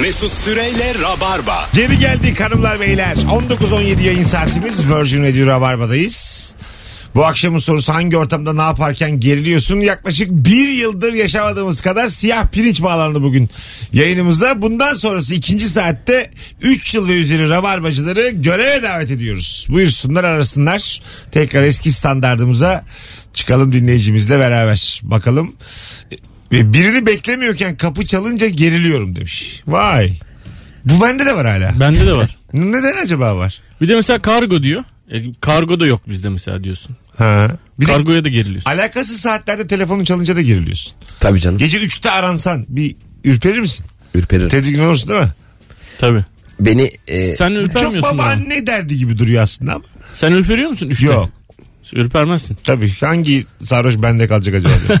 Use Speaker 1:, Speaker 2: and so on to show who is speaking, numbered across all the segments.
Speaker 1: Mesut Süreyle Rabarba.
Speaker 2: Geri geldik hanımlar beyler. 19.17 yayın saatimiz Virgin Radio Rabarba'dayız. Bu akşamın sorusu hangi ortamda ne yaparken geriliyorsun? Yaklaşık bir yıldır yaşamadığımız kadar siyah pirinç bağlandı bugün yayınımızda. Bundan sonrası ikinci saatte 3 yıl ve üzeri rabarbacıları göreve davet ediyoruz. Buyursunlar arasınlar. Tekrar eski standardımıza çıkalım dinleyicimizle beraber. Bakalım. E, Birini beklemiyorken kapı çalınca geriliyorum demiş. Vay. Bu bende de var hala.
Speaker 3: Bende de var.
Speaker 2: Neden acaba var?
Speaker 3: Bir de mesela kargo diyor. E, kargo da yok bizde mesela diyorsun.
Speaker 2: Ha. Bir de
Speaker 3: Kargoya da geriliyorsun.
Speaker 2: alakasız saatlerde telefonun çalınca da geriliyorsun.
Speaker 4: Tabii canım.
Speaker 2: Gece 3'te aransan bir ürperir misin?
Speaker 4: Ürperirim.
Speaker 2: Tedirgin olursun değil mi?
Speaker 3: Tabii.
Speaker 4: Beni e,
Speaker 3: Sen
Speaker 2: Çok
Speaker 3: ürpermiyorsun. ama.
Speaker 2: babaanne derdi gibi duruyor aslında ama.
Speaker 3: Sen ürperiyor musun? Üçte.
Speaker 2: Yok.
Speaker 3: Ürpermezsin.
Speaker 2: Tabii hangi sarhoş bende kalacak acaba diyor.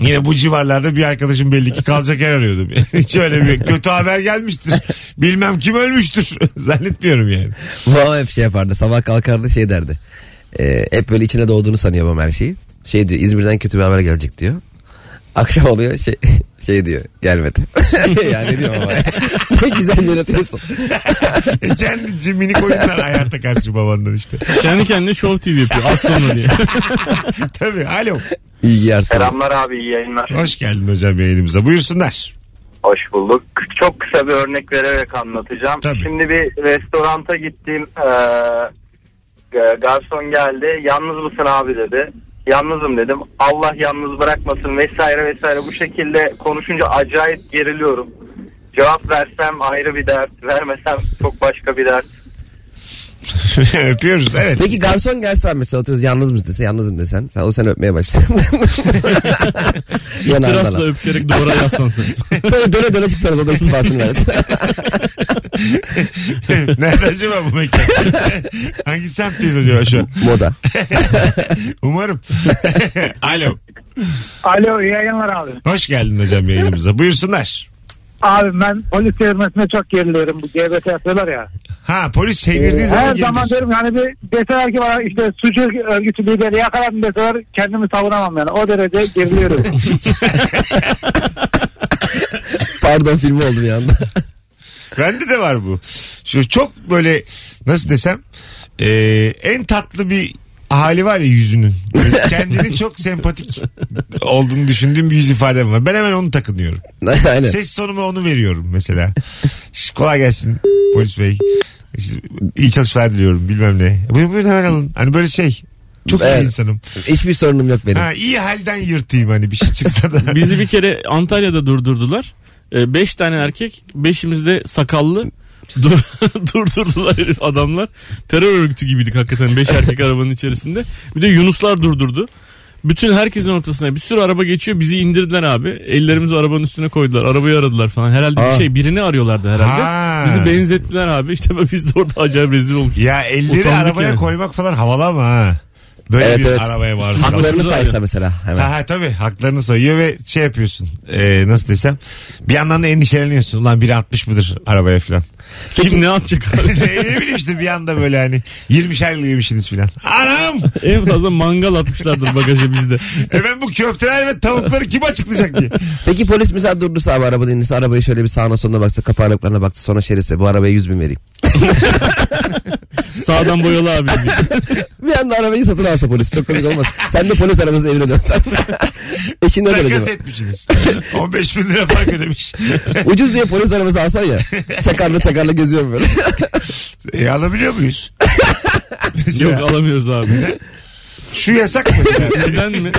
Speaker 2: Yine bu civarlarda bir arkadaşım belli ki kalacak yer arıyordu. Hiç öyle bir kötü haber gelmiştir. Bilmem kim ölmüştür. Zannetmiyorum yani.
Speaker 4: babam hep şey yapardı. Sabah kalkardı şey derdi. E, hep böyle içine doğduğunu sanıyor babam her şeyi. Şey diyor İzmir'den kötü bir haber gelecek diyor. Akşam oluyor şey şey diyor gelmedi. ya ne diyor baba ya? ne güzel yaratıyorsun.
Speaker 2: E, Kendi cimini koyunlar hayata karşı babandan işte.
Speaker 3: Kendi kendine Show TV yapıyor. Az sonra diye.
Speaker 2: Tabii. Alo.
Speaker 4: İyi artık.
Speaker 5: Selamlar abi iyi yayınlar.
Speaker 2: Hoş geldin hocam yayınımıza. Buyursunlar.
Speaker 5: Hoş bulduk. Çok kısa bir örnek vererek anlatacağım.
Speaker 2: Tabii.
Speaker 5: Şimdi bir restoranta gittim. Ee, e, garson geldi. Yalnız mısın abi dedi. Yalnızım dedim. Allah yalnız bırakmasın vesaire vesaire. Bu şekilde konuşunca acayip geriliyorum. Cevap versem ayrı bir dert. Vermesem çok başka bir dert.
Speaker 2: Öpüyoruz. Evet.
Speaker 4: Peki garson gelse abi mesela oturuyoruz yalnız mısın dese yalnızım desen. Sen, o seni öpmeye başlasın. Yanardan.
Speaker 3: Sırasla
Speaker 4: al.
Speaker 3: öpüşerek duvara yaslansanız.
Speaker 4: Sonra döne döne çıksanız o da istifasını versin.
Speaker 2: Nerede acaba bu mekan? Hangi semtteyiz acaba şu an?
Speaker 4: Moda.
Speaker 2: Umarım. Alo.
Speaker 6: Alo iyi yayınlar abi.
Speaker 2: Hoş geldin hocam yayınımıza. Buyursunlar.
Speaker 6: Abi ben polis çevirmesine çok geriliyorum. Bu GBT yapıyorlar ya.
Speaker 2: Ha polis
Speaker 6: Ee,
Speaker 2: çevirdiği zaman
Speaker 6: Her
Speaker 2: geliyorsun.
Speaker 6: zaman diyorum yani bir deseler ki bana işte suçu örgütü lideri yakaladın deseler kendimi savunamam yani. O derece geriliyorum.
Speaker 4: Pardon filmi oldu bir anda.
Speaker 2: Bende de var bu. Şu çok böyle nasıl desem e, en tatlı bir hali var ya yüzünün. Böyle Kendini çok sempatik olduğunu düşündüğüm bir yüz ifadem var. Ben hemen onu takınıyorum.
Speaker 4: Aynen.
Speaker 2: Ses tonuma onu veriyorum mesela. Şş, kolay gelsin polis bey. İşte, iyi çalışmalar diliyorum bilmem ne. Buyurun buyurun hemen alın. Hani böyle şey. Çok iyi
Speaker 4: Evet.
Speaker 2: insanım.
Speaker 4: Hiçbir sorunum yok benim.
Speaker 2: Ha, iyi halden yırtayım hani bir şey çıksa da.
Speaker 3: Bizi bir kere Antalya'da durdurdular. E, beş tane erkek, beşimiz de sakallı. Dur, durdurdular herif adamlar. Terör örgütü gibiydik hakikaten beş erkek arabanın içerisinde. Bir de Yunuslar durdurdu. Bütün herkesin ortasına bir sürü araba geçiyor. Bizi indirdiler abi. Ellerimizi arabanın üstüne koydular. Arabayı aradılar falan. Herhalde
Speaker 4: Aa.
Speaker 3: bir şey birini arıyorlardı herhalde.
Speaker 2: Ha.
Speaker 3: Bizi benzettiler abi. İşte bak biz de orada acayip rezil olduk.
Speaker 2: Ya elleri
Speaker 3: Utandık
Speaker 2: arabaya
Speaker 3: yani.
Speaker 2: koymak falan havalı ama ha. Böyle
Speaker 4: Evet,
Speaker 2: bir
Speaker 4: evet.
Speaker 2: arabaya maruz kalmak.
Speaker 4: Haklarını
Speaker 3: Haklarını
Speaker 4: saysa
Speaker 3: arıyor.
Speaker 4: mesela hemen.
Speaker 2: Ha, ha tabii haklarını sayıyor ve şey yapıyorsun e, nasıl desem bir yandan da endişeleniyorsun ulan biri 60 mıdır arabaya falan.
Speaker 3: Kim ne atacak abi?
Speaker 2: ne ne bileyim işte bir anda böyle hani 20'şer yıl yemişsiniz falan. Anam
Speaker 3: en fazla mangal atmışlardır bagaja bizde.
Speaker 2: Efendim E bu köfteler ve tavukları kim açıklayacak diye.
Speaker 4: Peki polis mesela durdursa abi arabada indirse arabayı şöyle bir sağına soluna baksa kapanaklarına baktı sonra şerisi bu arabaya 100 bin vereyim.
Speaker 3: Sağdan boyalı abi. diye.
Speaker 4: Bir anda arabayı satın alsa polis çok komik olmaz. Sen de polis arabasına evine dönsen. Eşin ne kadar
Speaker 2: Takas
Speaker 4: acaba?
Speaker 2: etmişsiniz. 15 bin lira fark ödemiş.
Speaker 4: Ucuz diye polis arabası alsan ya. Çakarlı çakarlı geziyorum böyle.
Speaker 2: E, alabiliyor muyuz? Mesela,
Speaker 3: Yok alamıyoruz abi.
Speaker 2: şu yasak mı?
Speaker 3: Neden mi?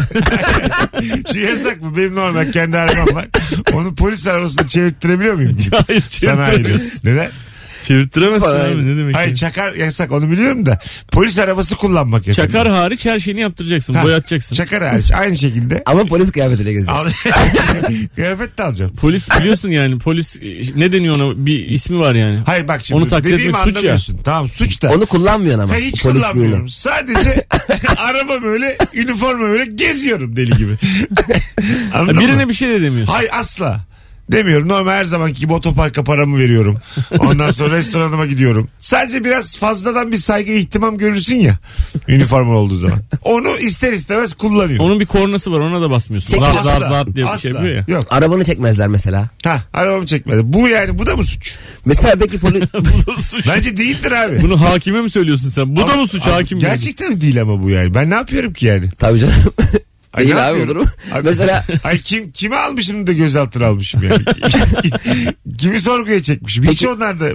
Speaker 2: şu yasak mı? Benim normal kendi arabam var. Onu polis arabasına çevirttirebiliyor muyum?
Speaker 3: Hayır
Speaker 2: Sana
Speaker 3: çevirtiremez.
Speaker 2: hayır. Neden?
Speaker 3: Çevirtiremezsin
Speaker 4: Sana
Speaker 3: abi
Speaker 4: hayır.
Speaker 3: ne demek
Speaker 2: Hayır
Speaker 3: Hayır,
Speaker 2: çakar yasak onu biliyorum da polis arabası kullanmak yasak.
Speaker 3: Çakar hariç her şeyini yaptıracaksın
Speaker 2: Ha,
Speaker 3: boyatacaksın.
Speaker 2: Çakar hariç aynı şekilde.
Speaker 4: Ama polis kıyafetiyle geziyor.
Speaker 2: Al. Kıyafet de alacağım.
Speaker 3: Polis biliyorsun yani polis e, ne deniyor ona bir ismi var yani.
Speaker 2: Hayır bak şimdi
Speaker 3: Onu taklit
Speaker 2: dediğimi
Speaker 3: etmek suç ya.
Speaker 2: anlamıyorsun. Tamam suç da.
Speaker 4: Onu kullanmıyorsun ama.
Speaker 2: Ha, hiç
Speaker 4: polis
Speaker 2: kullanmıyorum.
Speaker 4: giyimi.
Speaker 2: Sadece araba böyle, üniforma böyle geziyorum deli gibi.
Speaker 3: Ha,
Speaker 2: Anladın mı?
Speaker 3: birine bir şey de demiyorsun.
Speaker 2: Hay asla. Demiyorum normal her zamanki gibi otoparka paramı veriyorum. Ondan sonra restoranıma gidiyorum. Sadece biraz fazladan bir saygı ihtimam görürsün ya üniforma olduğu zaman. Onu ister istemez kullanıyor.
Speaker 3: Onun bir kornası var ona da basmıyorsun.
Speaker 4: Çek-
Speaker 3: Zart
Speaker 2: Asla,
Speaker 3: zart zart diye bir şey
Speaker 2: asla.
Speaker 3: yapıyor ya.
Speaker 2: Yok.
Speaker 4: Arabanı çekmezler mesela.
Speaker 2: Ha arabamı çekmedi. Bu yani bu da mı suç?
Speaker 4: Mesela peki polis...
Speaker 3: Bu suç.
Speaker 2: Bence değildir abi.
Speaker 3: Bunu hakime mi söylüyorsun sen? Bu da mı suç
Speaker 2: Abi,
Speaker 3: hakim? dedi.
Speaker 2: Gerçekten değil ama bu yani. Ben ne yapıyorum ki yani?
Speaker 4: Tabii canım.
Speaker 2: Ay, ne
Speaker 4: Değil abi
Speaker 2: yapıyorum?
Speaker 4: olur mu? Mesela
Speaker 2: Ay kim kime almışım da gözaltına almışım yani. Kimi sorguya çekmişim. Hiç
Speaker 4: Peki-
Speaker 2: onlarda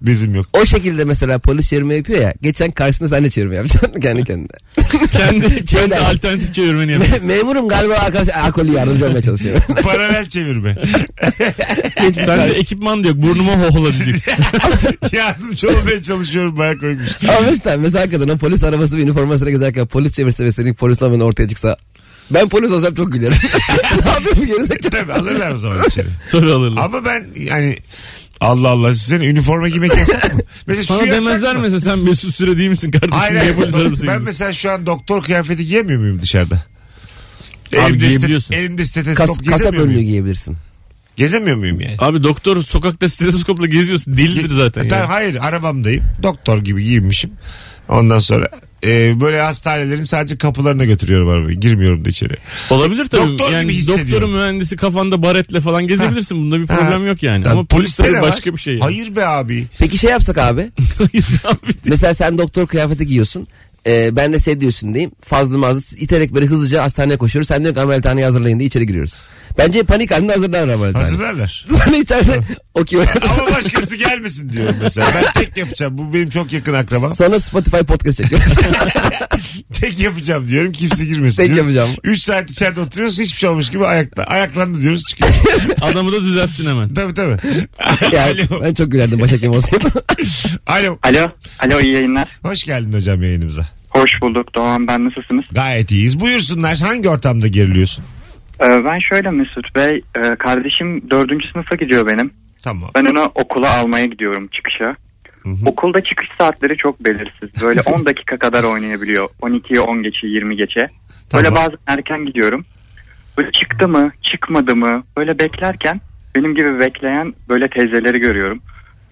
Speaker 2: bizim yok.
Speaker 4: o şekilde mesela polis çevirme yapıyor ya. Geçen karşısında sen de çevirme yapacaksın kendi kendine.
Speaker 3: kendi kendi
Speaker 4: der.
Speaker 3: alternatif çevirmeni yapıyor.
Speaker 4: Me- Memurum galiba arkadaş alkolü yardımcı olmaya çalışıyorum.
Speaker 2: Paralel çevirme.
Speaker 3: sen de ekipman da yok. Burnuma hohla diyeceksin.
Speaker 2: Yardımcı olmaya çalışıyorum bayağı koymuş.
Speaker 4: Ama mesela, mesela hakikaten o polis arabası ve üniformasına gezerken polis çevirse ve senin polis olmanın ortaya çıksa ben polis olsam çok gülerim. ne yapayım gerizekalı?
Speaker 2: Tabii alırlar o zaman içeri.
Speaker 3: Tabii alırlar.
Speaker 2: Ama ben yani Allah Allah sizin üniforma giymek yasak mı? Mesela
Speaker 3: Sana
Speaker 2: şu
Speaker 3: demezler
Speaker 2: yasak mı?
Speaker 3: mesela sen Mesut Süre değil misin kardeşim?
Speaker 2: Hayır,
Speaker 3: Niye
Speaker 2: hayır.
Speaker 3: polis arabası
Speaker 2: Ben
Speaker 3: giyiyorsun?
Speaker 2: mesela şu an doktor kıyafeti giyemiyor muyum dışarıda?
Speaker 3: Abi giyebiliyorsun.
Speaker 2: elimde steteskop
Speaker 4: Kas, kasa
Speaker 2: gezemiyor
Speaker 4: bölümü
Speaker 2: muyum?
Speaker 4: giyebilirsin.
Speaker 2: Gezemiyor muyum yani?
Speaker 3: Abi doktor sokakta stetoskopla geziyorsun. Dildir zaten.
Speaker 2: E,
Speaker 3: yani.
Speaker 2: tamam, hayır arabamdayım. Doktor gibi giyinmişim. Ondan sonra e, böyle hastanelerin sadece kapılarına götürüyorum arabayı. Girmiyorum da içeri.
Speaker 3: Olabilir tabii.
Speaker 2: Doktor gibi
Speaker 3: yani
Speaker 2: hissediyorum.
Speaker 3: doktoru mühendisi kafanda baretle falan gezebilirsin. Bunda bir problem
Speaker 2: Ha.
Speaker 3: yok yani.
Speaker 2: Tamam,
Speaker 3: Ama polis
Speaker 2: poliste
Speaker 3: tabii
Speaker 2: ne var?
Speaker 3: başka bir şey. Yani.
Speaker 2: Hayır be abi.
Speaker 4: Peki şey yapsak abi.
Speaker 3: Abi,
Speaker 4: mesela sen doktor kıyafeti giyiyorsun. Ee, ben de şey diyorsun diyeyim. Fazla mazlı iterek böyle hızlıca hastaneye koşuyoruz. Sen diyorsun ki ameliyathaneye hazırlayın diye içeri giriyoruz. Bence panik halinde hazırlanır ameliyathaneye.
Speaker 2: Hazırlarlar.
Speaker 4: Sonra içeride okey oynarız.
Speaker 2: Ama başkası gelmesin diyorum mesela. Ben tek yapacağım. Bu benim çok yakın akrabam.
Speaker 4: Sonra Spotify podcast çekiyor.
Speaker 2: Tek yapacağım diyorum. Kimse girmesin
Speaker 4: Tek
Speaker 2: diyorum.
Speaker 4: yapacağım.
Speaker 2: 3 saat içeride oturuyoruz. Hiçbir şey olmuş gibi ayakta. Ayaklandı diyoruz çıkıyoruz.
Speaker 3: adamı da düzelttin hemen.
Speaker 2: tabii tabii.
Speaker 4: yani
Speaker 2: Alo.
Speaker 4: ben çok gülerdim başhekim olsaydım.
Speaker 2: Alo.
Speaker 5: Alo. Alo iyi yayınlar.
Speaker 2: Hoş geldin hocam yayınımıza.
Speaker 5: Hoş bulduk Doğan ben nasılsınız?
Speaker 2: Gayet iyiyiz. Buyursunlar. Hangi ortamda geriliyorsun?
Speaker 5: Ee, ben şöyle Mesut Bey e, kardeşim dördüncü sınıfa gidiyor benim.
Speaker 2: Tamam.
Speaker 5: Ben onu okula almaya gidiyorum çıkışa. Okulda çıkış saatleri çok belirsiz. Böyle 10 dakika kadar oynayabiliyor. 12'ye 10 geçe 20 geçe. Böyle
Speaker 2: Tamam.
Speaker 5: bazen erken gidiyorum. Böyle çıktı mı çıkmadı mı böyle beklerken benim gibi bekleyen böyle teyzeleri görüyorum.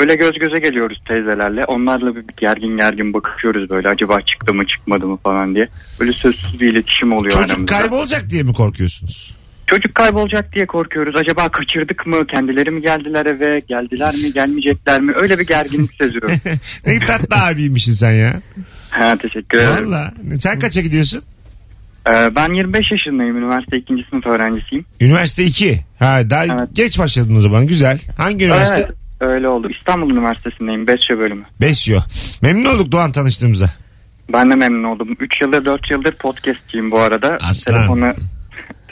Speaker 5: Böyle göz göze geliyoruz teyzelerle. Onlarla bir gergin gergin bakışıyoruz böyle acaba çıktı mı çıkmadı mı falan diye. Böyle sözsüz bir iletişim oluyor
Speaker 2: Çocuk
Speaker 5: aramızda.
Speaker 2: kaybolacak diye mi korkuyorsunuz?
Speaker 5: Çocuk kaybolacak diye korkuyoruz. Acaba kaçırdık mı? Kendileri mi geldiler eve? Geldiler mi? Gelmeyecekler mi? Öyle bir gerginlik seziyorum.
Speaker 2: Ne tatlı abiymişsin sen ya.
Speaker 5: ha, teşekkür ederim.
Speaker 2: Valla. Sen kaça gidiyorsun?
Speaker 5: Ee, ben 25 yaşındayım. Üniversite 2. sınıf öğrencisiyim.
Speaker 2: Üniversite 2. Ha daha
Speaker 5: Evet.
Speaker 2: geç başladın o zaman. Güzel. Hangi üniversite?
Speaker 5: Evet. Öyle oldu. İstanbul Üniversitesi'ndeyim. Besyo bölümü.
Speaker 2: Besyo. Memnun olduk Doğan tanıştığımıza.
Speaker 5: Ben de memnun oldum. 3 yıldır 4 yıldır podcastçiyim bu arada.
Speaker 2: Aslan.
Speaker 5: Telefona,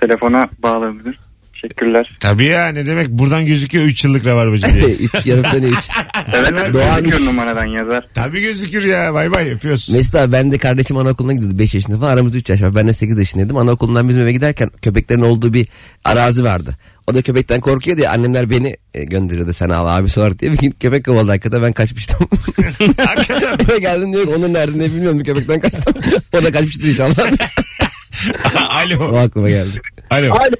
Speaker 5: telefona bağladınız. Teşekkürler.
Speaker 2: Tabii ya ne demek buradan gözüküyor 3 yıllık rabarbacı diye.
Speaker 4: üç, yarım sene üç.
Speaker 5: Evet,
Speaker 4: Doğan
Speaker 5: Doğan
Speaker 4: üç.
Speaker 5: numaradan yazar.
Speaker 2: Tabii gözükür ya bay bay yapıyorsun.
Speaker 4: Mesut abi ben de kardeşim anaokuluna gidiyordu 5 yaşında falan aramızda 3 yaş var. Ben de 8 yaşındaydım. Anaokulundan bizim eve giderken köpeklerin olduğu bir arazi vardı. O da köpekten korkuyordu ya annemler beni e, gönderiyordu sen al abi sor diye. Bir gün köpek kovaldı hakikaten ben kaçmıştım.
Speaker 2: Hakikaten
Speaker 4: eve geldim diyor ki onun nerede ne bilmiyorum köpekten kaçtım. o da kaçmıştır inşallah. o
Speaker 2: Alo.
Speaker 4: aklıma geldi.
Speaker 2: Alo.
Speaker 6: Alo.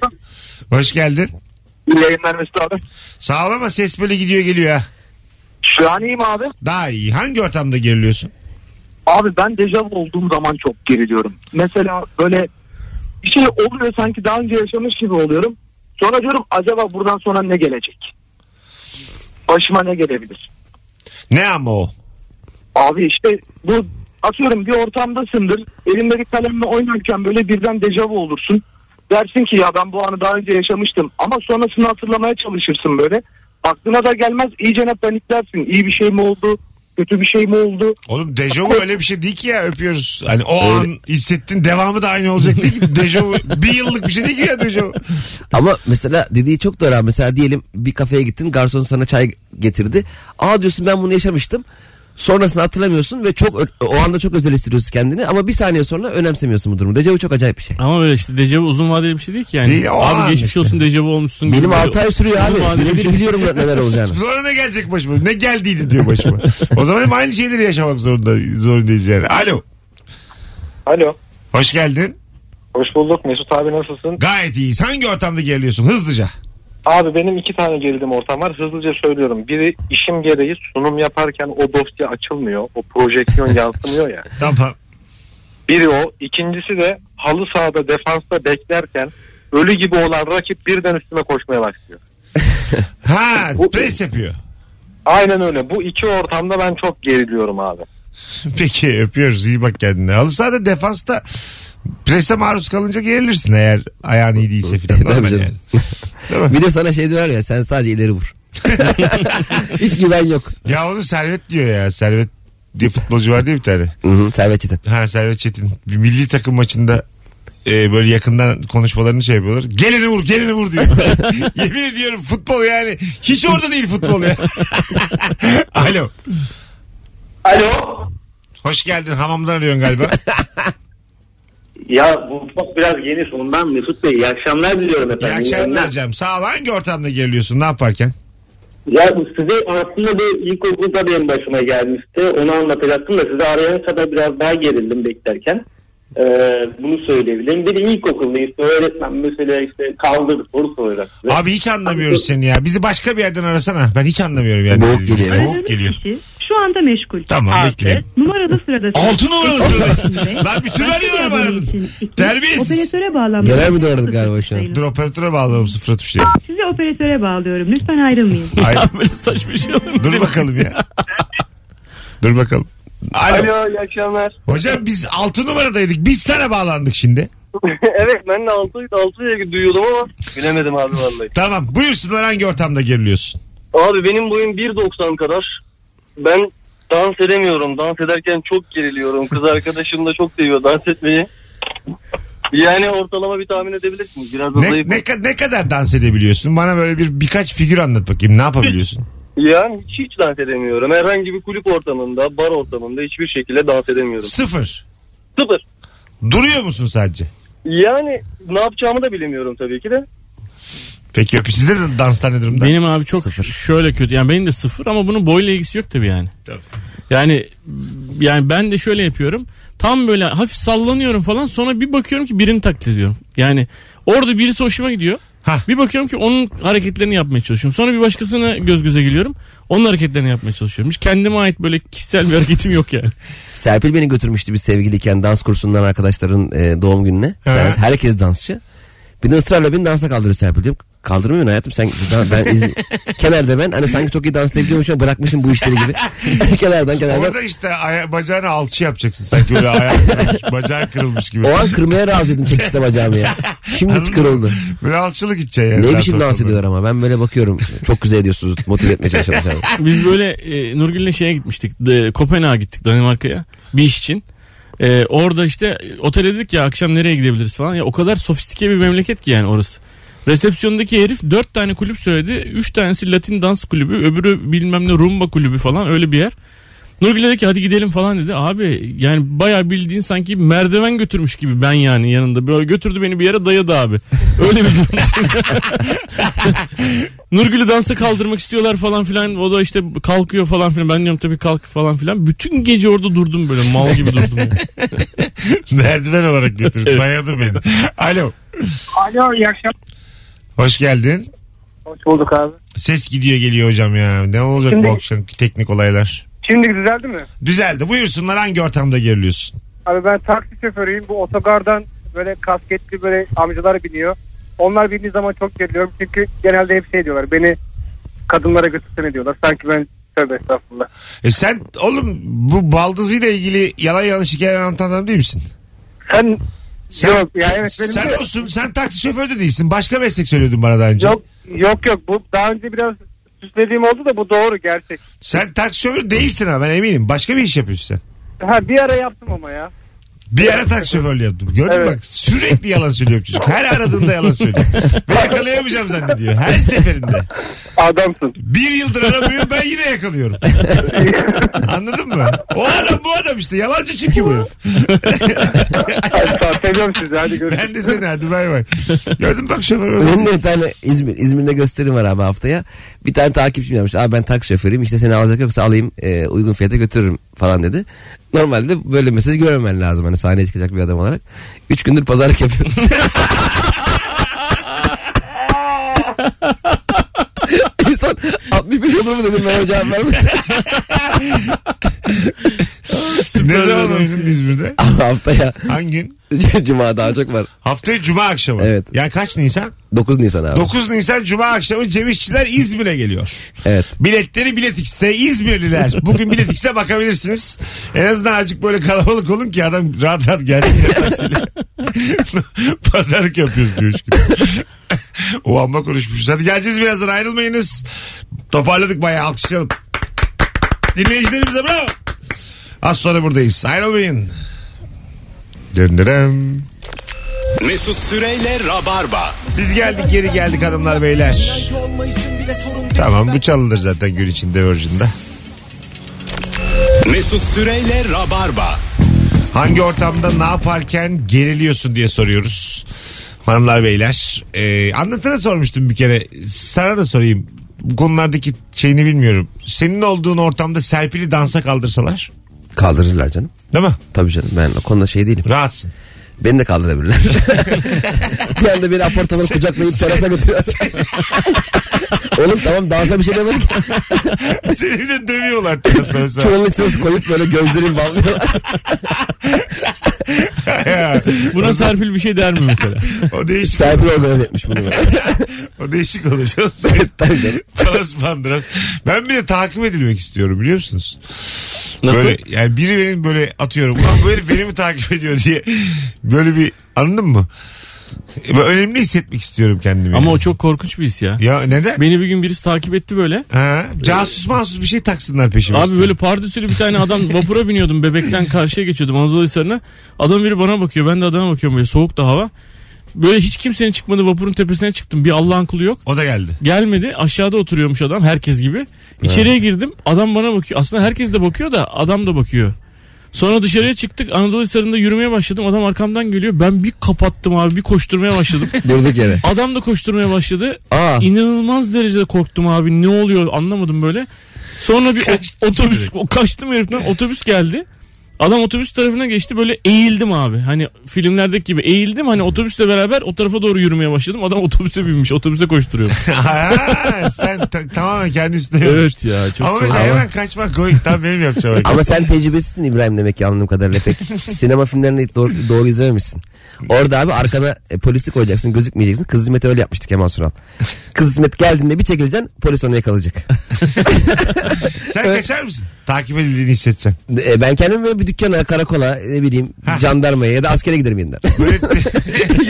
Speaker 2: Hoş geldin.
Speaker 6: İyi yayınlar Mesut abi.
Speaker 2: Sağ ol ama ses böyle gidiyor geliyor ha.
Speaker 6: Şu an iyiyim abi.
Speaker 2: Daha iyi. Hangi ortamda geriliyorsun?
Speaker 6: Abi ben dejavu olduğum zaman çok geriliyorum. Mesela böyle bir şey oluyor sanki daha önce yaşamış gibi oluyorum. Sonra diyorum acaba buradan sonra ne gelecek? Başıma ne gelebilir?
Speaker 2: Ne ama o?
Speaker 6: Abi işte bu atıyorum bir ortamdasındır. Elinde bir kalemle oynarken böyle birden dejavu olursun. Dersin ki ya ben bu anı daha önce yaşamıştım. Ama sonrasını hatırlamaya çalışırsın böyle. Aklına da gelmez iyicene paniklersin. İyi bir şey mi oldu? Kötü bir şey mi oldu?
Speaker 2: Oğlum dejavu öyle bir şey değil ki ya öpüyoruz. Hani o an hissettin devamı da aynı olacak değil ki. Dejavu bir yıllık bir şey değil ki ya dejavu.
Speaker 4: Ama mesela dediği çok doğru abi. Mesela diyelim bir kafeye gittin garson sana çay getirdi. Aa diyorsun ben bunu yaşamıştım. Sonrasını hatırlamıyorsun ve çok ö- o anda çok özel hissediyorsun kendini ama bir saniye sonra önemsemiyorsun bu durumu. Dejavu çok acayip bir şey.
Speaker 3: Ama böyle işte dejavu uzun vadeli bir şey değil ki yani.
Speaker 2: Değil, o an
Speaker 3: abi geçmiş
Speaker 2: işte.
Speaker 3: olsun dejavu olmuşsun.
Speaker 4: Benim
Speaker 3: Böyle
Speaker 4: 6 ay sürüyor
Speaker 3: uzun
Speaker 4: abi.
Speaker 3: vadeli bir
Speaker 4: Birebir
Speaker 3: şey.
Speaker 4: biliyorum neler olacağını.
Speaker 2: Sonra ne gelecek başıma? Ne geldiydi diyor başıma. o zaman hep aynı şeyleri yaşamak zorunda, zorundayız yani. Alo.
Speaker 7: Alo.
Speaker 2: Hoş geldin.
Speaker 7: Hoş bulduk. Mesut abi nasılsın?
Speaker 2: Gayet iyiyiz. Hangi ortamda geriliyorsun? Hızlıca.
Speaker 7: Abi benim iki tane gerilim ortam var. Hızlıca söylüyorum. Biri işim gereği sunum yaparken o dosya açılmıyor. O projeksiyon yansımıyor ya.
Speaker 2: Tamam.
Speaker 7: Biri o. İkincisi de halı sahada defansta beklerken ölü gibi olan rakip birden üstüme koşmaya başlıyor.
Speaker 2: Ha pres yapıyor.
Speaker 7: Aynen öyle. Bu iki ortamda ben çok geriliyorum abi.
Speaker 2: Peki öpüyoruz iyi bak kendine. Halı sahada defansta prese maruz kalınca gerilirsin eğer ayağın iyi değilse filan.
Speaker 4: Tabii
Speaker 2: Normal
Speaker 4: canım.
Speaker 2: yani.
Speaker 4: Bir de sana şey diyorlar ya sen sadece ileri vur. Hiç güven yok.
Speaker 2: Ya onu Servet diyor ya. Servet diye futbolcu var diye bir tane.
Speaker 4: Hı hı, Servetçiden.
Speaker 2: Ha Servet Çetin. Bir milli takım maçında e, böyle yakından konuşmalarını şey yapıyorlar. Geleni vur geleni vur diyor. Yemin ediyorum futbol yani. Hiç orada değil futbol ya. Alo.
Speaker 5: Alo.
Speaker 2: Hoş geldin hamamdan arıyorsun galiba.
Speaker 5: Ya bu ufak biraz yeni sonundan Mesut Bey. İyi akşamlar diliyorum
Speaker 2: İyi
Speaker 5: efendim.
Speaker 2: akşamlar hocam. Sağ ol. Hangi ortamda geriliyorsun ne yaparken?
Speaker 5: Ya bu size aslında bu ilkokulda benim başıma gelmişti. Onu anlatacaktım da size arayana kadar biraz daha gerildim beklerken. Ee, bunu söyleyebilirim. Bir de ilkokulda işte öğretmen mesela işte kaldırdı soru soracak. size.
Speaker 2: Abi hiç anlamıyoruz seni ya. Bizi başka bir yerden arasana. Ben hiç anlamıyorum yani.
Speaker 4: Boğuk geliyor, evet.
Speaker 2: Boğuk geliyor.
Speaker 8: kişi şu anda meşgul.
Speaker 2: Tamam,
Speaker 8: Altı,
Speaker 2: bekleyin.
Speaker 8: Numaralı sırada.
Speaker 2: Altı numaralı sıradasın. Lan bütün
Speaker 8: Başka bir
Speaker 2: arıyorum
Speaker 8: adayı
Speaker 2: aradın.
Speaker 8: için iki,
Speaker 2: Terbiyesiz.
Speaker 8: Operatöre bağlanmak.
Speaker 4: Genel müdür aradık galiba şu an.
Speaker 2: Dur operatöre bağlayalım sıfıra tuşlayalım.
Speaker 8: Sizi operatöre bağlıyorum. Lütfen ayrılmayın.
Speaker 2: Hayır.
Speaker 3: Ya böyle saçma şey olur mu?
Speaker 2: Dur bakalım ya. Dur bakalım. Alo.
Speaker 7: Alo iyi akşamlar.
Speaker 2: Hocam biz 6 numaradaydık. Biz sana bağlandık şimdi.
Speaker 7: evet ben de 6 6 duyuyordum ama bilemedim abi vallahi.
Speaker 2: Tamam. Buyursunlar hangi ortamda geriliyorsun?
Speaker 7: Abi benim boyum 1.90 kadar. Ben dans edemiyorum. Dans ederken çok geriliyorum. Kız arkadaşım da çok seviyor dans etmeyi. Yani ortalama bir tahmin edebilirsiniz. Biraz da
Speaker 2: Ne,
Speaker 7: zayıf.
Speaker 2: ne, ka- ne kadar dans edebiliyorsun? Bana böyle bir birkaç figür anlat bakayım. Ne yapabiliyorsun?
Speaker 7: Yani hiç, hiç dans edemiyorum. Herhangi bir kulüp ortamında, bar ortamında hiçbir şekilde dans edemiyorum.
Speaker 2: Sıfır.
Speaker 7: Sıfır.
Speaker 2: Duruyor musun sadece?
Speaker 7: Yani ne yapacağımı da bilemiyorum tabii ki de.
Speaker 2: Peki öpü sizde de danslar ne durumda?
Speaker 3: Benim abi çok şöyle kötü. Yani benim de sıfır ama bunun boyla ilgisi yok tabii yani.
Speaker 2: Tabii.
Speaker 3: Yani yani ben de şöyle yapıyorum. Tam böyle hafif sallanıyorum falan sonra bir bakıyorum ki birini taklit ediyorum. Yani orada birisi hoşuma gidiyor.
Speaker 2: Hah.
Speaker 3: Bir bakıyorum ki onun hareketlerini yapmaya çalışıyorum. Sonra bir başkasına göz göze geliyorum. Onun hareketlerini yapmaya çalışıyorum. Hiç kendime ait böyle kişisel bir hareketim yok yani.
Speaker 4: Serpil beni götürmüştü biz sevgiliyken dans kursundan arkadaşların e, doğum gününe. Bir tanesi- herkes dansçı. Bir de ısrarla beni dansa kaldırıyor Serpil diyorum. Kaldırmıyor lan hayatım sen ben iz- kenarda ben hani sanki çok iyi dans edebiliyormuşum bırakmışım bu işleri gibi. kenardan kenardan.
Speaker 2: Orada işte aya- bacağını alçı yapacaksın. Sanki böyle ayağı kırılmış, bacağı kırılmış gibi.
Speaker 4: O an kırmaya razıydım çekişte bacağımı ya. Şimdi
Speaker 2: Anladın
Speaker 4: kırıldı.
Speaker 2: mı? Böyle alçılık gideceksin yani.
Speaker 4: Ne
Speaker 2: Daha
Speaker 4: biçim
Speaker 2: sonra
Speaker 4: dans
Speaker 2: sonra.
Speaker 4: ediyorlar ama ben böyle bakıyorum. Çok güzel ediyorsunuz motive etmeye çalışıyorum.
Speaker 3: Biz böyle e, Nurgül'le şeye gitmiştik. De, Kopenhag'a gittik Danimarka'ya. Bir iş için. E, orada işte e, otele dedik ya akşam nereye gidebiliriz falan. Ya o kadar sofistike bir memleket ki yani orası. Resepsiyondaki herif dört tane kulüp söyledi. Üç tanesi Latin dans kulübü, öbürü bilmem ne rumba kulübü falan öyle bir yer. Nurgül dedi ki hadi gidelim falan dedi. Abi yani bayağı bildiğin sanki merdiven götürmüş gibi ben yani yanında. Böyle götürdü beni bir yere dayadı abi. Öyle bir durum. Nurgül'ü dansa kaldırmak istiyorlar falan filan. O da işte kalkıyor falan filan. Ben diyorum tabii kalk falan filan. Bütün gece orada durdum böyle mal gibi durdum. yani.
Speaker 2: Merdiven olarak götürdü. Dayadı beni. Alo.
Speaker 6: Alo iyi akşamlar.
Speaker 2: Hoş geldin.
Speaker 6: Hoş bulduk abi.
Speaker 2: Ses gidiyor geliyor hocam ya. Ne olacak
Speaker 6: Şimdi-
Speaker 2: bu akşamki teknik olaylar?
Speaker 6: Şimdi düzeldi mi?
Speaker 2: Düzeldi. Buyursunlar hangi ortamda geriliyorsun?
Speaker 6: Abi ben taksi şoförüyüm. Bu otogardan böyle kasketli böyle amcalar biniyor. Onlar bindiği zaman çok geriliyorum. Çünkü genelde hep şey diyorlar. Beni kadınlara götürsene diyorlar. Sanki ben tövbe estağfurullah.
Speaker 2: E sen oğlum bu baldızıyla ilgili yalan yanlış hikaye anlatan adam değil misin?
Speaker 6: Sen,
Speaker 2: Sen-
Speaker 6: yok ya evet benim
Speaker 2: sen
Speaker 6: de-
Speaker 2: olsun. Sen taksi şoförü de değilsin. Başka meslek söylüyordun bana daha önce.
Speaker 6: yok yok yok bu daha önce biraz süslediğim oldu da bu doğru gerçek.
Speaker 2: Sen taksi şoförü değilsin ama ben eminim. Başka bir iş yapıyorsun sen.
Speaker 6: Ha bir ara yaptım ama ya.
Speaker 2: Bir ara taksi şoförlüğü yaptım. Gördün mü
Speaker 6: Evet.
Speaker 2: bak sürekli yalan söylüyor çocuk. Her aradığında yalan söylüyor. Ve yakalayamayacağım zannediyor. Her seferinde.
Speaker 6: Adamsın.
Speaker 2: Bir yıldır aramıyor ben yine yakalıyorum. Anladın mı? O adam bu adam işte. Yalancı çünkü bu herif.
Speaker 6: Hadi, seviyorum sizi hadi görüşürüz.
Speaker 2: Ben de seni hadi bay bay. Gördün mü bak şoförü.
Speaker 4: Benim de bir tane İzmir, İzmir'de gösterim var abi haftaya. Bir tane takipçim yapmış. Abi ben taksi şoförüyüm işte seni alacak yoksa alayım e, uygun fiyata götürürüm falan dedi. Normalde böyle mesaj görmemen lazım hani sahneye çıkacak bir adam olarak. Üç gündür pazarlık yapıyoruz. son 65 olur mu dedim ben o cevap vermedim.
Speaker 2: ne zaman oynadın İzmir'de?
Speaker 4: Ama haftaya
Speaker 2: Hangi gün?
Speaker 4: Cuma daha çok var.
Speaker 2: Haftaya Cuma akşamı.
Speaker 4: Evet.
Speaker 2: Yani kaç Nisan?
Speaker 4: 9 Nisan abi.
Speaker 2: 9 Nisan Cuma akşamı Cem İşçiler İzmir'e geliyor.
Speaker 4: Evet.
Speaker 2: Biletleri Bilet X'te İzmirliler. Bugün Bilet X'te bakabilirsiniz. En azından azıcık böyle kalabalık olun ki adam rahat rahat gelsin. yaparsıyla. Pazarlık yapıyoruz diyor üç gün. o amma konuşmuşuz. Hadi geleceğiz birazdan ayrılmayınız. Toparladık bayağı alkışlayalım. Dinleyicilerimize bravo. Az sonra buradayız. Ayrılmayın. Döndürem.
Speaker 1: Mesut Süreyle Rabarba.
Speaker 2: Biz geldik geri geldik hanımlar beyler. Tamam bu çalınır zaten gün içinde Virgin'de.
Speaker 1: Mesut Süreyle Rabarba.
Speaker 2: Hangi ortamda ne yaparken geriliyorsun diye soruyoruz. Hanımlar beyler. Ee, anlatana sormuştum bir kere. Sana da sorayım. Bu konulardaki şeyini bilmiyorum. Senin olduğun ortamda Serpil'i dansa kaldırsalar.
Speaker 4: Kaldırırlar canım.
Speaker 2: Değil mi?
Speaker 4: Tabii canım ben o konuda şey değilim.
Speaker 2: Rahatsın.
Speaker 4: Beni de kaldırabilirler. bir anda beni apartmanın kucaklayıp terasa götürüyor. Oğlum tamam dansa bir şey demedik.
Speaker 2: Seni de dövüyorlar terasta mesela.
Speaker 4: Çuvalın içine koyup böyle gözlerim bağlıyor.
Speaker 3: Buna Serpil bir şey der mi mesela?
Speaker 2: o değişik.
Speaker 4: Serpil organize etmiş bunu.
Speaker 2: O değişik olacak.
Speaker 4: Tabii canım.
Speaker 2: Paras pandıras. Ben bile takip edilmek istiyorum biliyor musunuz?
Speaker 3: Nasıl?
Speaker 2: Böyle, yani biri benim böyle atıyorum. Ulan bu herif beni mi takip ediyor diye. Böyle bir anladın mı? E, Ben önemli hissetmek istiyorum kendimi.
Speaker 3: Ama
Speaker 2: yani.
Speaker 3: o çok korkunç bir his ya.
Speaker 2: Ya neden?
Speaker 3: Beni bir gün birisi takip etti böyle.
Speaker 2: Ha, casus mahsus bir şey taksınlar peşime.
Speaker 3: Abi böyle pardüsülü bir tane adam vapura biniyordum bebekten karşıya geçiyordum Anadolu Hisarı'na. Adam biri bana bakıyor ben de adama bakıyorum böyle soğuk da hava. Böyle hiç kimsenin çıkmadığı vapurun tepesine çıktım bir Allah'ın kulu yok.
Speaker 2: O da geldi.
Speaker 3: Gelmedi aşağıda oturuyormuş adam herkes gibi. İçeriye girdim adam bana bakıyor aslında herkes de bakıyor da adam da bakıyor. Sonra dışarıya çıktık Anadolu Hisarı'nda yürümeye başladım adam arkamdan geliyor ben bir kapattım abi bir koşturmaya başladım.
Speaker 4: Durduk yere.
Speaker 3: adam da koşturmaya başladı
Speaker 4: Aa.
Speaker 3: İnanılmaz derecede korktum abi. Ne oluyor anlamadım böyle. Sonra bir o-
Speaker 2: Kaçtın
Speaker 3: otobüs
Speaker 2: direkt.
Speaker 3: o- kaçtım heriften. Otobüs geldi. Adam otobüs tarafına geçti böyle eğildim abi. Hani filmlerdeki gibi eğildim. Hani otobüsle beraber o tarafa doğru yürümeye başladım. Adam otobüse binmiş. Otobüse koşturuyor.
Speaker 2: Ha, sen ta- tamamen kendi üstüne yormuş.
Speaker 3: evet ya çok
Speaker 2: Ama
Speaker 3: sağ
Speaker 2: mesela hemen kaçmak komik. Tam benim yapacağım.
Speaker 4: Ama sen tecrübesizsin İbrahim demek ki anladığım kadarıyla pek. Sinema filmlerini doğru, doğru izlememişsin. Orada abi arkana e, polisi koyacaksın gözükmeyeceksin. Kız hizmeti öyle yapmıştık Kemal Sunal. Kız hizmet geldiğinde bir çekileceksin polis onu yakalayacak.
Speaker 2: Sen kaçar mısın? Takip edildiğini hissetsen.
Speaker 4: E, ben kendim böyle bir dükkana karakola ne bileyim jandarmaya ya da askere giderim yeniden.
Speaker 2: Böyle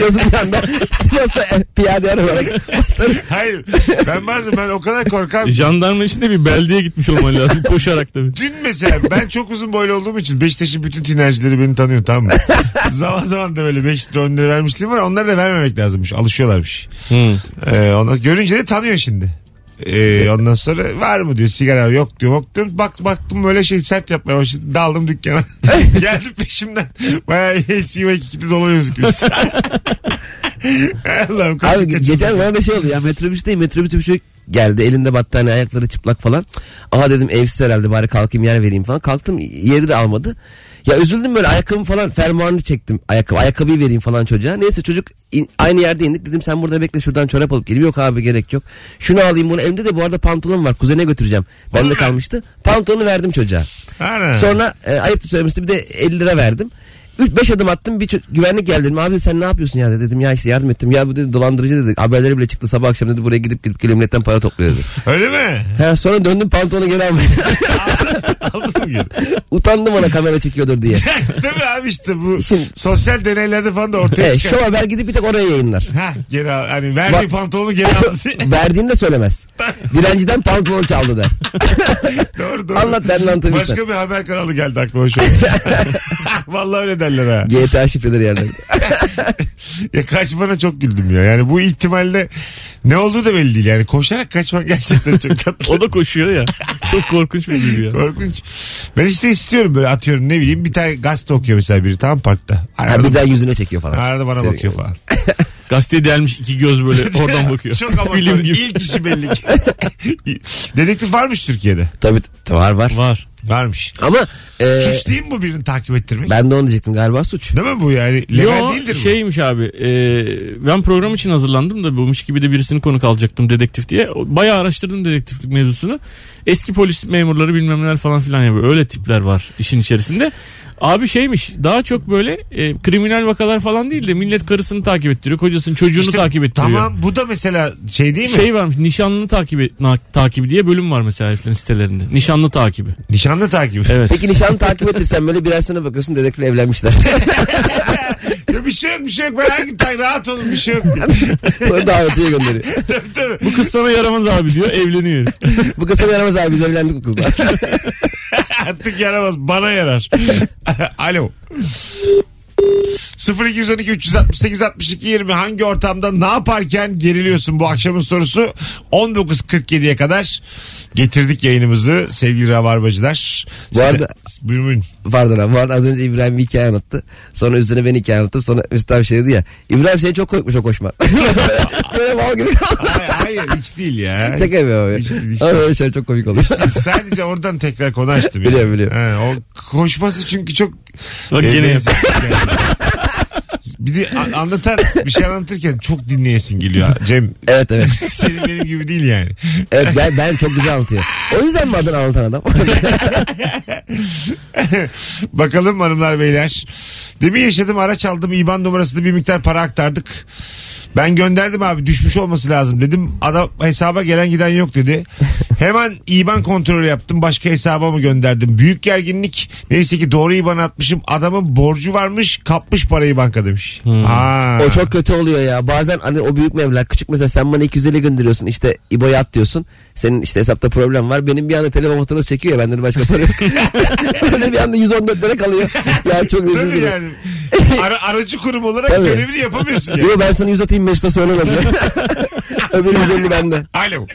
Speaker 4: Yazın bir anda Sivas'ta e, piyade olarak başlarım.
Speaker 2: Hayır. Ben bazen ben o kadar korkan
Speaker 3: E, Jandarma içinde bir beldeye gitmiş olman lazım. Koşarak tabii.
Speaker 2: Dün mesela ben çok uzun boylu olduğum için Beşiktaş'ın bütün tinercileri beni tanıyor tamam mı? zaman zaman da böyle 5 lira 10 lira vermişliğim var. Onlara da vermemek lazımmış. Alışıyorlarmış. Ee, ona, görünce de tanıyor şimdi. Ee, ondan sonra var mı diyor sigara var. yok diyor yok diyor. Bak, baktım böyle şey sert yapmaya başladı. Daldım dükkana. Geldi peşimden. Bayağı HCV kikidi dolanıyoruz biz. Allah'ım kaçın
Speaker 4: Abi ge-
Speaker 2: kaçın.
Speaker 4: geçen bana da şey oldu ya metrobüsteyim metrobüste bir şey geldi elinde battaniye ayakları çıplak falan. Aha dedim evsiz herhalde bari kalkayım yer vereyim falan. Kalktım yeri de almadı. Ya üzüldüm böyle ayakkabımı falan fermuarını çektim. Ayakkabı, ayakkabıyı vereyim falan çocuğa. Neyse çocuk in- aynı yerde indik. Dedim sen burada bekle şuradan çorap alıp geleyim. Yok abi gerek yok. Şunu alayım bunu. Elimde de bu arada pantolon var. Kuzene götüreceğim. Bende kalmıştı. Pantolonu verdim çocuğa.
Speaker 2: Ana.
Speaker 4: Sonra e, ayıp söylemesi bir de 50 lira verdim. 5 adım attım bir ço- güvenlik geldi dedim. Abi sen ne yapıyorsun ya dedim ya işte yardım ettim. Ya bu dedi dolandırıcı dedi. Haberleri bile çıktı sabah akşam dedi buraya gidip gidip geliyor milletten para topluyor dedi.
Speaker 2: Öyle mi?
Speaker 4: He, sonra döndüm pantolonu geri almaya.
Speaker 2: Aldın mı geri?
Speaker 4: Utandım ona kamera çekiyordur diye.
Speaker 2: Değil mi abi işte bu
Speaker 4: Şimdi-
Speaker 2: sosyal deneylerde falan da ortaya
Speaker 4: He,
Speaker 2: çıkar.
Speaker 4: şu haber gidip bir tek oraya yayınlar.
Speaker 2: Ha geri al. Hani verdiği
Speaker 4: Bak-
Speaker 2: pantolonu geri aldı.
Speaker 4: Verdiğini de söylemez. Dilenciden pantolon çaldı der.
Speaker 2: doğru doğru.
Speaker 4: Anlat ben lan tabii
Speaker 2: Başka
Speaker 4: sen.
Speaker 2: bir haber kanalı geldi aklıma şu an. Vallahi öyle derler ha.
Speaker 4: GTA şifreleri yerler.
Speaker 2: Ya kaçmana çok güldüm ya. Yani bu ihtimalle ne olduğu da belli değil. Yani koşarak kaçmak gerçekten çok tatlı.
Speaker 3: O da koşuyor ya. Çok korkunç bir duygu ya.
Speaker 2: Korkunç. Ben işte istiyorum böyle atıyorum ne bileyim bir tane gazete okuyor mesela biri tam parkta.
Speaker 4: Ha,
Speaker 2: Arada,
Speaker 4: bir daha yüzüne çekiyor falan.
Speaker 2: arada bana
Speaker 4: Seni-
Speaker 2: bakıyor falan.
Speaker 3: Gazeteye delmiş iki göz böyle oradan bakıyor.
Speaker 2: Çok amatör.
Speaker 3: Film gibi.
Speaker 2: İlk işi belli ki. Dedektif varmış Türkiye'de.
Speaker 4: Tabii t- var var.
Speaker 3: Var.
Speaker 2: Varmış.
Speaker 4: Ama e,
Speaker 2: Suç değil mi bu birini takip ettirmek?
Speaker 4: ben de onu diyecektim galiba suç.
Speaker 2: Değil mi bu yani? Level
Speaker 3: Yo, şey
Speaker 2: değildir bu.
Speaker 3: şeymiş abi e, ben program için hazırlandım da bulmuş gibi de birisini konuk alacaktım dedektif diye. Bayağı araştırdım dedektiflik mevzusunu. Eski polis memurları bilmem neler falan filan ya böyle öyle tipler var işin içerisinde. Abi şeymiş daha çok böyle e, kriminal vakalar falan değil de millet karısını takip ettiriyor kocasını çocuğunu
Speaker 2: İşte
Speaker 3: takip ettiriyor.
Speaker 2: Tamam bu da mesela şey değil mi?
Speaker 3: Şey varmış nişanlı takibi na- takibi diye bölüm var mesela heriflerin sitelerinde. Nişanlı takibi.
Speaker 2: Nişanlı takibi.
Speaker 3: Evet.
Speaker 4: Peki nişanı takip ettirsen böyle birer sonra bakıyorsun dedektifle evlenmişler.
Speaker 2: Ya bir şey yok bir şey yok. Ben her gün tak- rahat olun bir şey yok.
Speaker 4: Sonra davetiye gönderiyor.
Speaker 3: Bu kız sana yaramaz abi diyor evleniyor. herif.
Speaker 4: Bu kısa yaramaz abi biz evlendik bu kızla.
Speaker 2: Artık yaramaz. Bana yarar. Alo. 0212 368 62 20 hangi ortamda ne yaparken geriliyorsun bu akşamın sorusu 19.47'ye kadar getirdik yayınımızı sevgili rabarbacılar.
Speaker 4: Bu arada-
Speaker 2: Size- Buyurun buyurun.
Speaker 4: Pardon abi bu arada az önce İbrahim bir hikaye anlattı. Sonra üstüne ben hikaye anlattım. Sonra Üstü abi şey dedi ya. İbrahim seni çok korkmuş o koşma. Böyle mal gibi.
Speaker 2: Hayır, hayır hiç değil ya.
Speaker 4: Şaka yapıyor abi.
Speaker 2: Hiç değil, hiç
Speaker 4: Ama böyle şey çok komik olmuş.
Speaker 2: Sadece oradan tekrar konu açtım. ya.
Speaker 4: Biliyorum, biliyorum.
Speaker 2: He, o koşması çünkü çok...
Speaker 3: Bak
Speaker 2: e,
Speaker 3: gene
Speaker 2: benzer- bir de a- anlatan bir şey anlatırken çok dinleyesin geliyor. Cem
Speaker 4: evet evet.
Speaker 2: senin benim gibi değil yani.
Speaker 4: Evet ben, ben çok güzel anlatıyor. O yüzden mi adını anlatan adam?
Speaker 2: Bakalım hanımlar beyler. Demin yaşadım araç aldım IBAN numarasını bir miktar para aktardık. Ben gönderdim abi düşmüş olması lazım dedim. Adam hesaba gelen giden yok dedi. Hemen IBAN kontrolü yaptım. Başka hesaba mı gönderdim? Büyük gerginlik. Neyse ki doğru IBAN atmışım. Adamın borcu varmış. Kapmış parayı banka demiş. Aa.
Speaker 4: o çok kötü oluyor ya. Bazen hani o büyük meblağ küçük mesela sen bana 250 gönderiyorsun işte İbo'ya at diyorsun. Senin işte hesapta problem var. Benim bir anda telefon faturası çekiyor ya benden başka para yok. Böyle bir anda 114 lira kalıyor. Ya çok rezil
Speaker 2: Tabii
Speaker 4: durum.
Speaker 2: yani. Ara- aracı kurum olarak
Speaker 4: Tabii.
Speaker 2: görevini yapamıyorsun yani.
Speaker 4: Yo ben sana 100 atayım Mesut'a sonra ben de. Öbür 150 bende.
Speaker 2: Alo.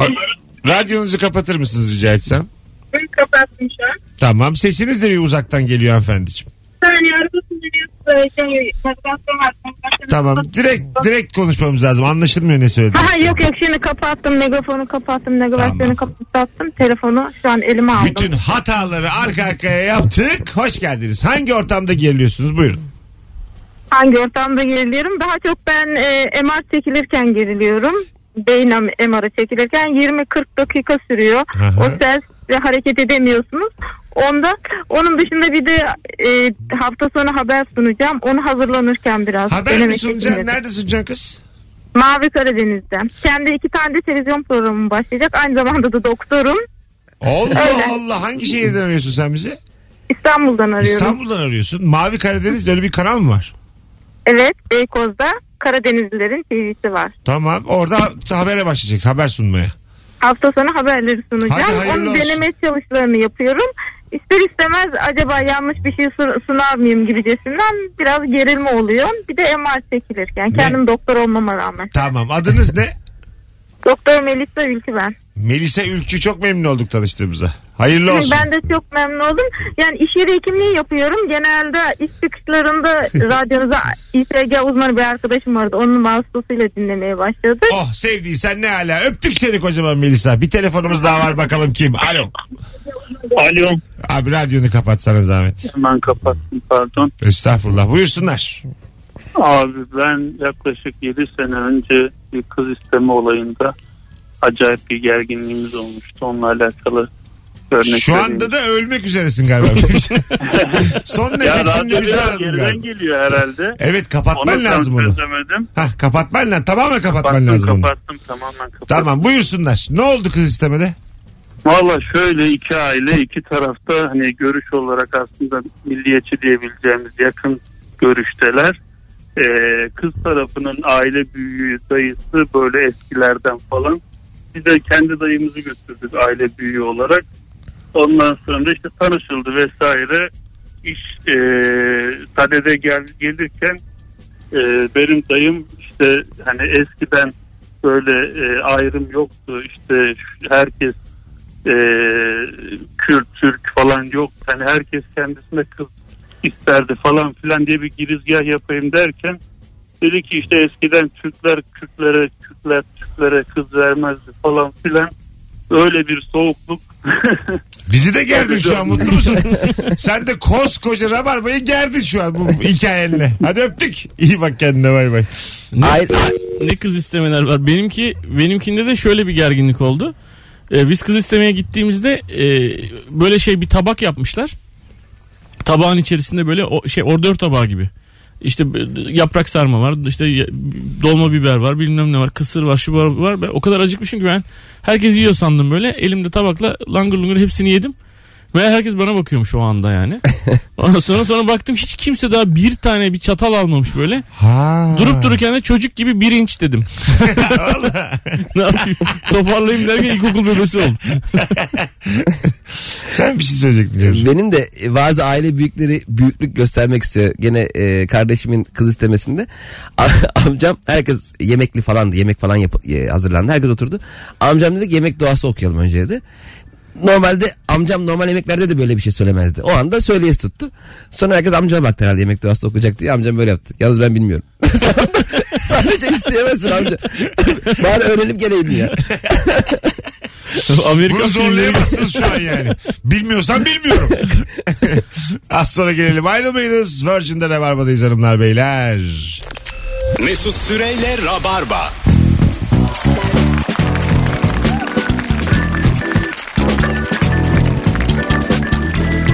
Speaker 2: Alo. Radyonuzu kapatır mısınız rica etsem?
Speaker 9: Ben kapattım şu an.
Speaker 2: Tamam. Sesiniz de bir uzaktan geliyor hanımefendiciğim.
Speaker 9: Sen yargısın
Speaker 2: Şey,
Speaker 9: biliyorsun.
Speaker 2: Tamam. Direkt direkt konuşmamız lazım. Anlaşılmıyor ne söylediğiniz.
Speaker 9: Ha yok yok şimdi kapattım megafonu kapattım
Speaker 2: Tamam.
Speaker 9: megabaytlarını kapattım telefonu şu an elime aldım.
Speaker 2: Bütün hataları arka arkaya yaptık. Hoş geldiniz. Hangi ortamda geriliyorsunuz? Buyurun.
Speaker 9: Hangi ortamda geriliyorum? Daha çok ben e, MR çekilirken geriliyorum. Beyin am- MR'ı çekilirken 20-40 dakika sürüyor.
Speaker 2: Aha.
Speaker 9: O ses ve hareket edemiyorsunuz. Onda onun dışında bir de e, hafta sonu haber sunacağım. Onu hazırlanırken biraz.
Speaker 2: Haber
Speaker 9: deneme
Speaker 2: mi sunacaksın?
Speaker 9: şeklinde.
Speaker 2: Nerede sunacaksın kız?
Speaker 9: Mavi Karadeniz'de. Kendi iki tane de televizyon programım başlayacak. Aynı zamanda da doktorum.
Speaker 2: Allah
Speaker 9: Öyle.
Speaker 2: Allah. Hangi şehirden arıyorsun sen bizi?
Speaker 9: İstanbul'dan arıyorum.
Speaker 2: İstanbul'dan arıyorsun. Mavi Karadeniz öyle bir kanal mı var?
Speaker 9: Evet Beykoz'da Karadenizlilerin TV'si var.
Speaker 2: Tamam. Orada ha- habere başlayacaksın. Haber sunmaya.
Speaker 9: Hafta sonu haberleri
Speaker 2: Hadi
Speaker 9: sunacağım.
Speaker 2: hayırlı
Speaker 9: Onun
Speaker 2: olsun.
Speaker 9: deneme çalışmalarını yapıyorum. İster istemez acaba yanlış bir şey sun- sunar mıyım gibicesinden biraz gerilme oluyor. Bir de MR çekilirken.
Speaker 2: Ne?
Speaker 9: Kendim doktor olmama rağmen.
Speaker 2: Tamam. Adınız ne?
Speaker 9: Doktor Melisa Ülkü ben.
Speaker 2: Melisa Ülkü çok memnun olduk tanıştığımıza. Hayırlı olsun.
Speaker 9: Ben de çok memnun oldum. Yani iş yeri hekimliği yapıyorum. Genelde iş çıkışlarında radyonuza İSG uzmanı bir arkadaşım vardı. Onun vasıtasıyla dinlemeye başladı.
Speaker 2: Oh sevdiysen ne hala. Öptük seni kocaman Melisa. Bir telefonumuz daha var bakalım kim. Alo.
Speaker 7: Alo.
Speaker 2: Abi radyonu kapatsana zahmet.
Speaker 7: Hemen kapattım pardon.
Speaker 2: Estağfurullah. Buyursunlar.
Speaker 7: Abi ben yaklaşık 7 sene önce bir kız isteme olayında acayip bir gerginliğimiz olmuştu. Onunla alakalı örnek
Speaker 2: Şu
Speaker 7: vereyim.
Speaker 2: anda da ölmek üzeresin galiba. Son
Speaker 7: ya
Speaker 2: nefesimle bizi
Speaker 7: radyoda
Speaker 2: aradın
Speaker 7: geriden
Speaker 2: galiba.
Speaker 7: geliyor herhalde.
Speaker 2: Evet kapatman
Speaker 7: Onu
Speaker 2: E, lazım
Speaker 7: tam
Speaker 2: onu.
Speaker 7: çözemedim.
Speaker 2: Hah kapatman lazım. Tamamen kapatman
Speaker 7: Kapattım
Speaker 2: lazım onu.
Speaker 7: kapattım tamamen kapattım.
Speaker 2: Tamam buyursunlar. Ne oldu kız istemede?
Speaker 7: Valla şöyle iki aile iki tarafta hani görüş olarak aslında milliyetçi diyebileceğimiz yakın görüşteler. Ee, kız tarafının aile büyüğü dayısı böyle eskilerden falan. Biz de kendi dayımızı götürdük aile büyüğü olarak. Ondan sonra işte tanışıldı vesaire. İş e, Sade'de gel, gelirken e, benim dayım işte hani eskiden böyle e, ayrım yoktu. İşte herkes e, Kürt, Türk falan yok. Yani herkes kendisine kız isterdi falan filan diye bir girizgah yapayım derken dedi ki işte eskiden Türkler Kürtlere, Kürtler Türklere kız vermezdi falan filan. öyle bir soğukluk.
Speaker 2: Bizi de gerdin şu an mutlu musun? Sen de koskoca rabarbayı gerdin şu an bu hikayenle. Hadi öptük. İyi bak kendine bay bay.
Speaker 3: Ne,
Speaker 4: Ayrı-
Speaker 3: ne kız istemeler var. Benimki benimkinde de şöyle bir gerginlik oldu. Ee, biz kız istemeye gittiğimizde e, böyle şey bir tabak yapmışlar. Tabağın içerisinde böyle o, şey ordör tabağı gibi. İşte b- yaprak sarma var, işte ya- dolma biber var, bilmem ne var, kısır var, şu var, bu var. Ben o kadar acıkmışım ki ben herkes yiyor sandım böyle. Elimde tabakla langır lungur hepsini yedim. Ve herkes bana bakıyormuş o anda yani. Ondan sonra sonra baktım hiç kimse daha bir tane bir çatal almamış böyle.
Speaker 2: Ha.
Speaker 3: Durup dururken de çocuk gibi bir inç dedim. ne yapayım? Toparlayayım derken ilkokul bebesi oldum.
Speaker 2: Sen bir şey söyleyecektin. Cemre.
Speaker 4: Benim de e, bazı aile büyükleri büyüklük göstermek istiyor. Gene e, kardeşimin kız istemesinde A- amcam herkes yemekli falandı. Yemek falan yap- e, hazırlandı. Herkes oturdu. Amcam dedi ki yemek duası okuyalım önce dedi. Normalde amcam normal yemeklerde de böyle bir şey söylemezdi. O anda söyleyesi tuttu. Sonra herkes amcama baktı herhalde yemek duası okuyacak diye amcam böyle yaptı. Yalnız ben bilmiyorum. Sadece isteyemezsin amca. Bari öğrenip geleydin ya.
Speaker 3: Amerikan
Speaker 2: Bunu
Speaker 3: filmleri-
Speaker 2: zorlayamazsınız şu an yani. Bilmiyorsan bilmiyorum. Az sonra gelelim. Ayrılmayınız. Virgin'de Rabarba'dayız hanımlar beyler.
Speaker 1: Mesut Süreyle Rabarba.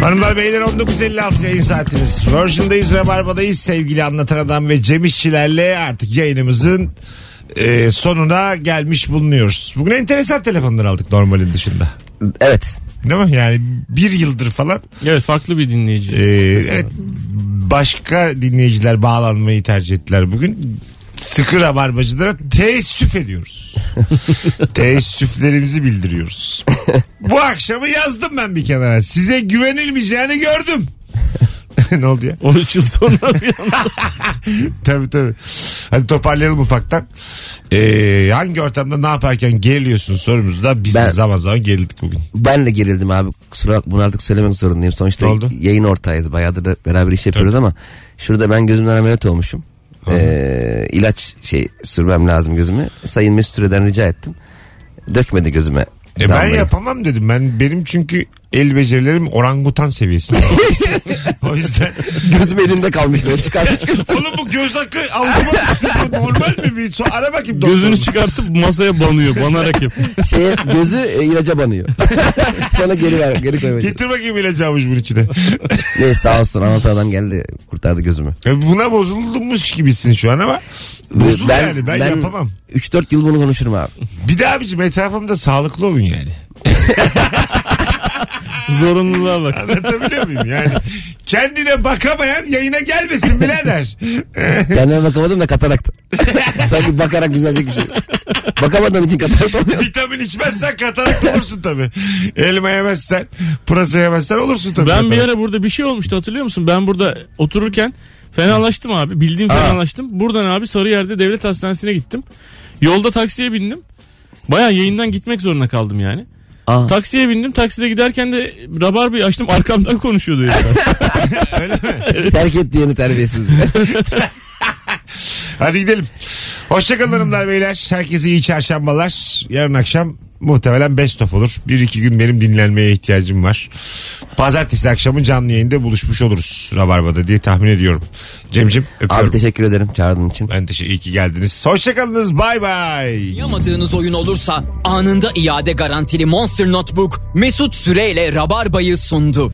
Speaker 2: Hanımlar beyler 19.56 yayın saatimiz. Virgin'dayız, Rabarba'dayız. Sevgili Anlatan Adam ve Cem İşçilerle artık yayınımızın e, sonuna gelmiş bulunuyoruz. Bugün enteresan telefonlar aldık normalin dışında.
Speaker 4: Evet.
Speaker 2: Değil mi? Yani bir yıldır falan
Speaker 3: Evet farklı bir dinleyici.
Speaker 2: e, evet, başka dinleyiciler bağlanmayı tercih ettiler bugün. Sıkı rabarbacılara teessüf ediyoruz. Teessüflerimizi bildiriyoruz. Bu akşamı yazdım ben bir kenara. Size güvenilmeyeceğini gördüm. ne oldu ya?
Speaker 3: 13 yıl sonra bir anda.
Speaker 2: Tabii tabii. Hadi toparlayalım ufaktan. Ee, hangi ortamda ne yaparken geriliyorsun sorumuzda biz de
Speaker 4: Ben-
Speaker 2: zaman zaman gerildik bugün.
Speaker 4: Ben de gerildim abi. Kusura bakma bunu artık söylemek zorundayım. Sonuçta
Speaker 2: Ne oldu?
Speaker 4: yayın ortağıyız. Bayağıdır da beraber iş yapıyoruz ama şurada ben gözümden ameliyat olmuşum. Ee, ilaç şey sürmem lazım gözüme. Sayın Mesut Süre'den rica ettim. Dökmedi gözüme.
Speaker 2: E ben
Speaker 4: damlayı.
Speaker 2: yapamam dedim. Ben benim çünkü el becerilerim orangutan seviyesinde. o yüzden.
Speaker 4: Gözüm elinde kalmış böyle çıkarmış gözüm.
Speaker 2: Oğlum bu göz akı algıma normal mi? Bir, so, ara bakayım doktor.
Speaker 3: Gözünü çıkartıp masaya banıyor. Banarak yap.
Speaker 4: Şeye, gözü e, ilaca banıyor. Sonra geri ver, geri koymayacak.
Speaker 2: Getir bakayım ilacı avuç bunun içine.
Speaker 4: Neyse sağ olsun anlatan adam geldi kurtardı gözümü.
Speaker 2: E Buna bozulmuş gibisin şu an ama bozul yani ben, yapamam.
Speaker 4: 3-4 yıl bunu konuşurum abi.
Speaker 2: Bir de abicim etrafımda sağlıklı olun yani.
Speaker 3: Zorunluluğa bak.
Speaker 2: Anlatabiliyor muyum yani? Kendine bakamayan yayına gelmesin birader.
Speaker 4: Kendime bakamadım da kataraktı. Sanki bakarak düzelecek bir şey. Bakamadığım için katarakt oluyor.
Speaker 2: Vitamin içmezsen katarak olursun tabii. Elma yemezsen, pırasa yemezsen olursun tabii.
Speaker 3: Ben bir
Speaker 2: Katarak.
Speaker 3: ara burada bir şey olmuştu hatırlıyor musun? Ben burada otururken fenalaştım abi. Bildiğim fenalaştım. Buradan abi Sarıyer'de devlet hastanesine gittim. Yolda taksiye bindim. Baya yayından gitmek zorunda kaldım yani.
Speaker 4: Aa.
Speaker 3: Taksiye bindim. Takside giderken de rabarbayı açtım. Arkamdan konuşuyordu ya.
Speaker 4: Terk et diyeni terbiyesiz.
Speaker 2: Hadi gidelim. Hoşçakalın hanımlar beyler. Herkese iyi çarşambalar. Yarın akşam muhtemelen best of olur. Bir iki gün benim dinlenmeye ihtiyacım var. Pazartesi akşamı canlı yayında buluşmuş oluruz Rabarba'da diye tahmin ediyorum. Cemcim öpüyorum.
Speaker 4: Abi teşekkür ederim çağırdığın için.
Speaker 2: ben teşekkür iyi ki geldiniz. Hoşçakalınız. Bay bay.
Speaker 10: Yamadığınız oyun olursa anında iade garantili Monster Notebook Mesut Süreyle Rabarba'yı sundu.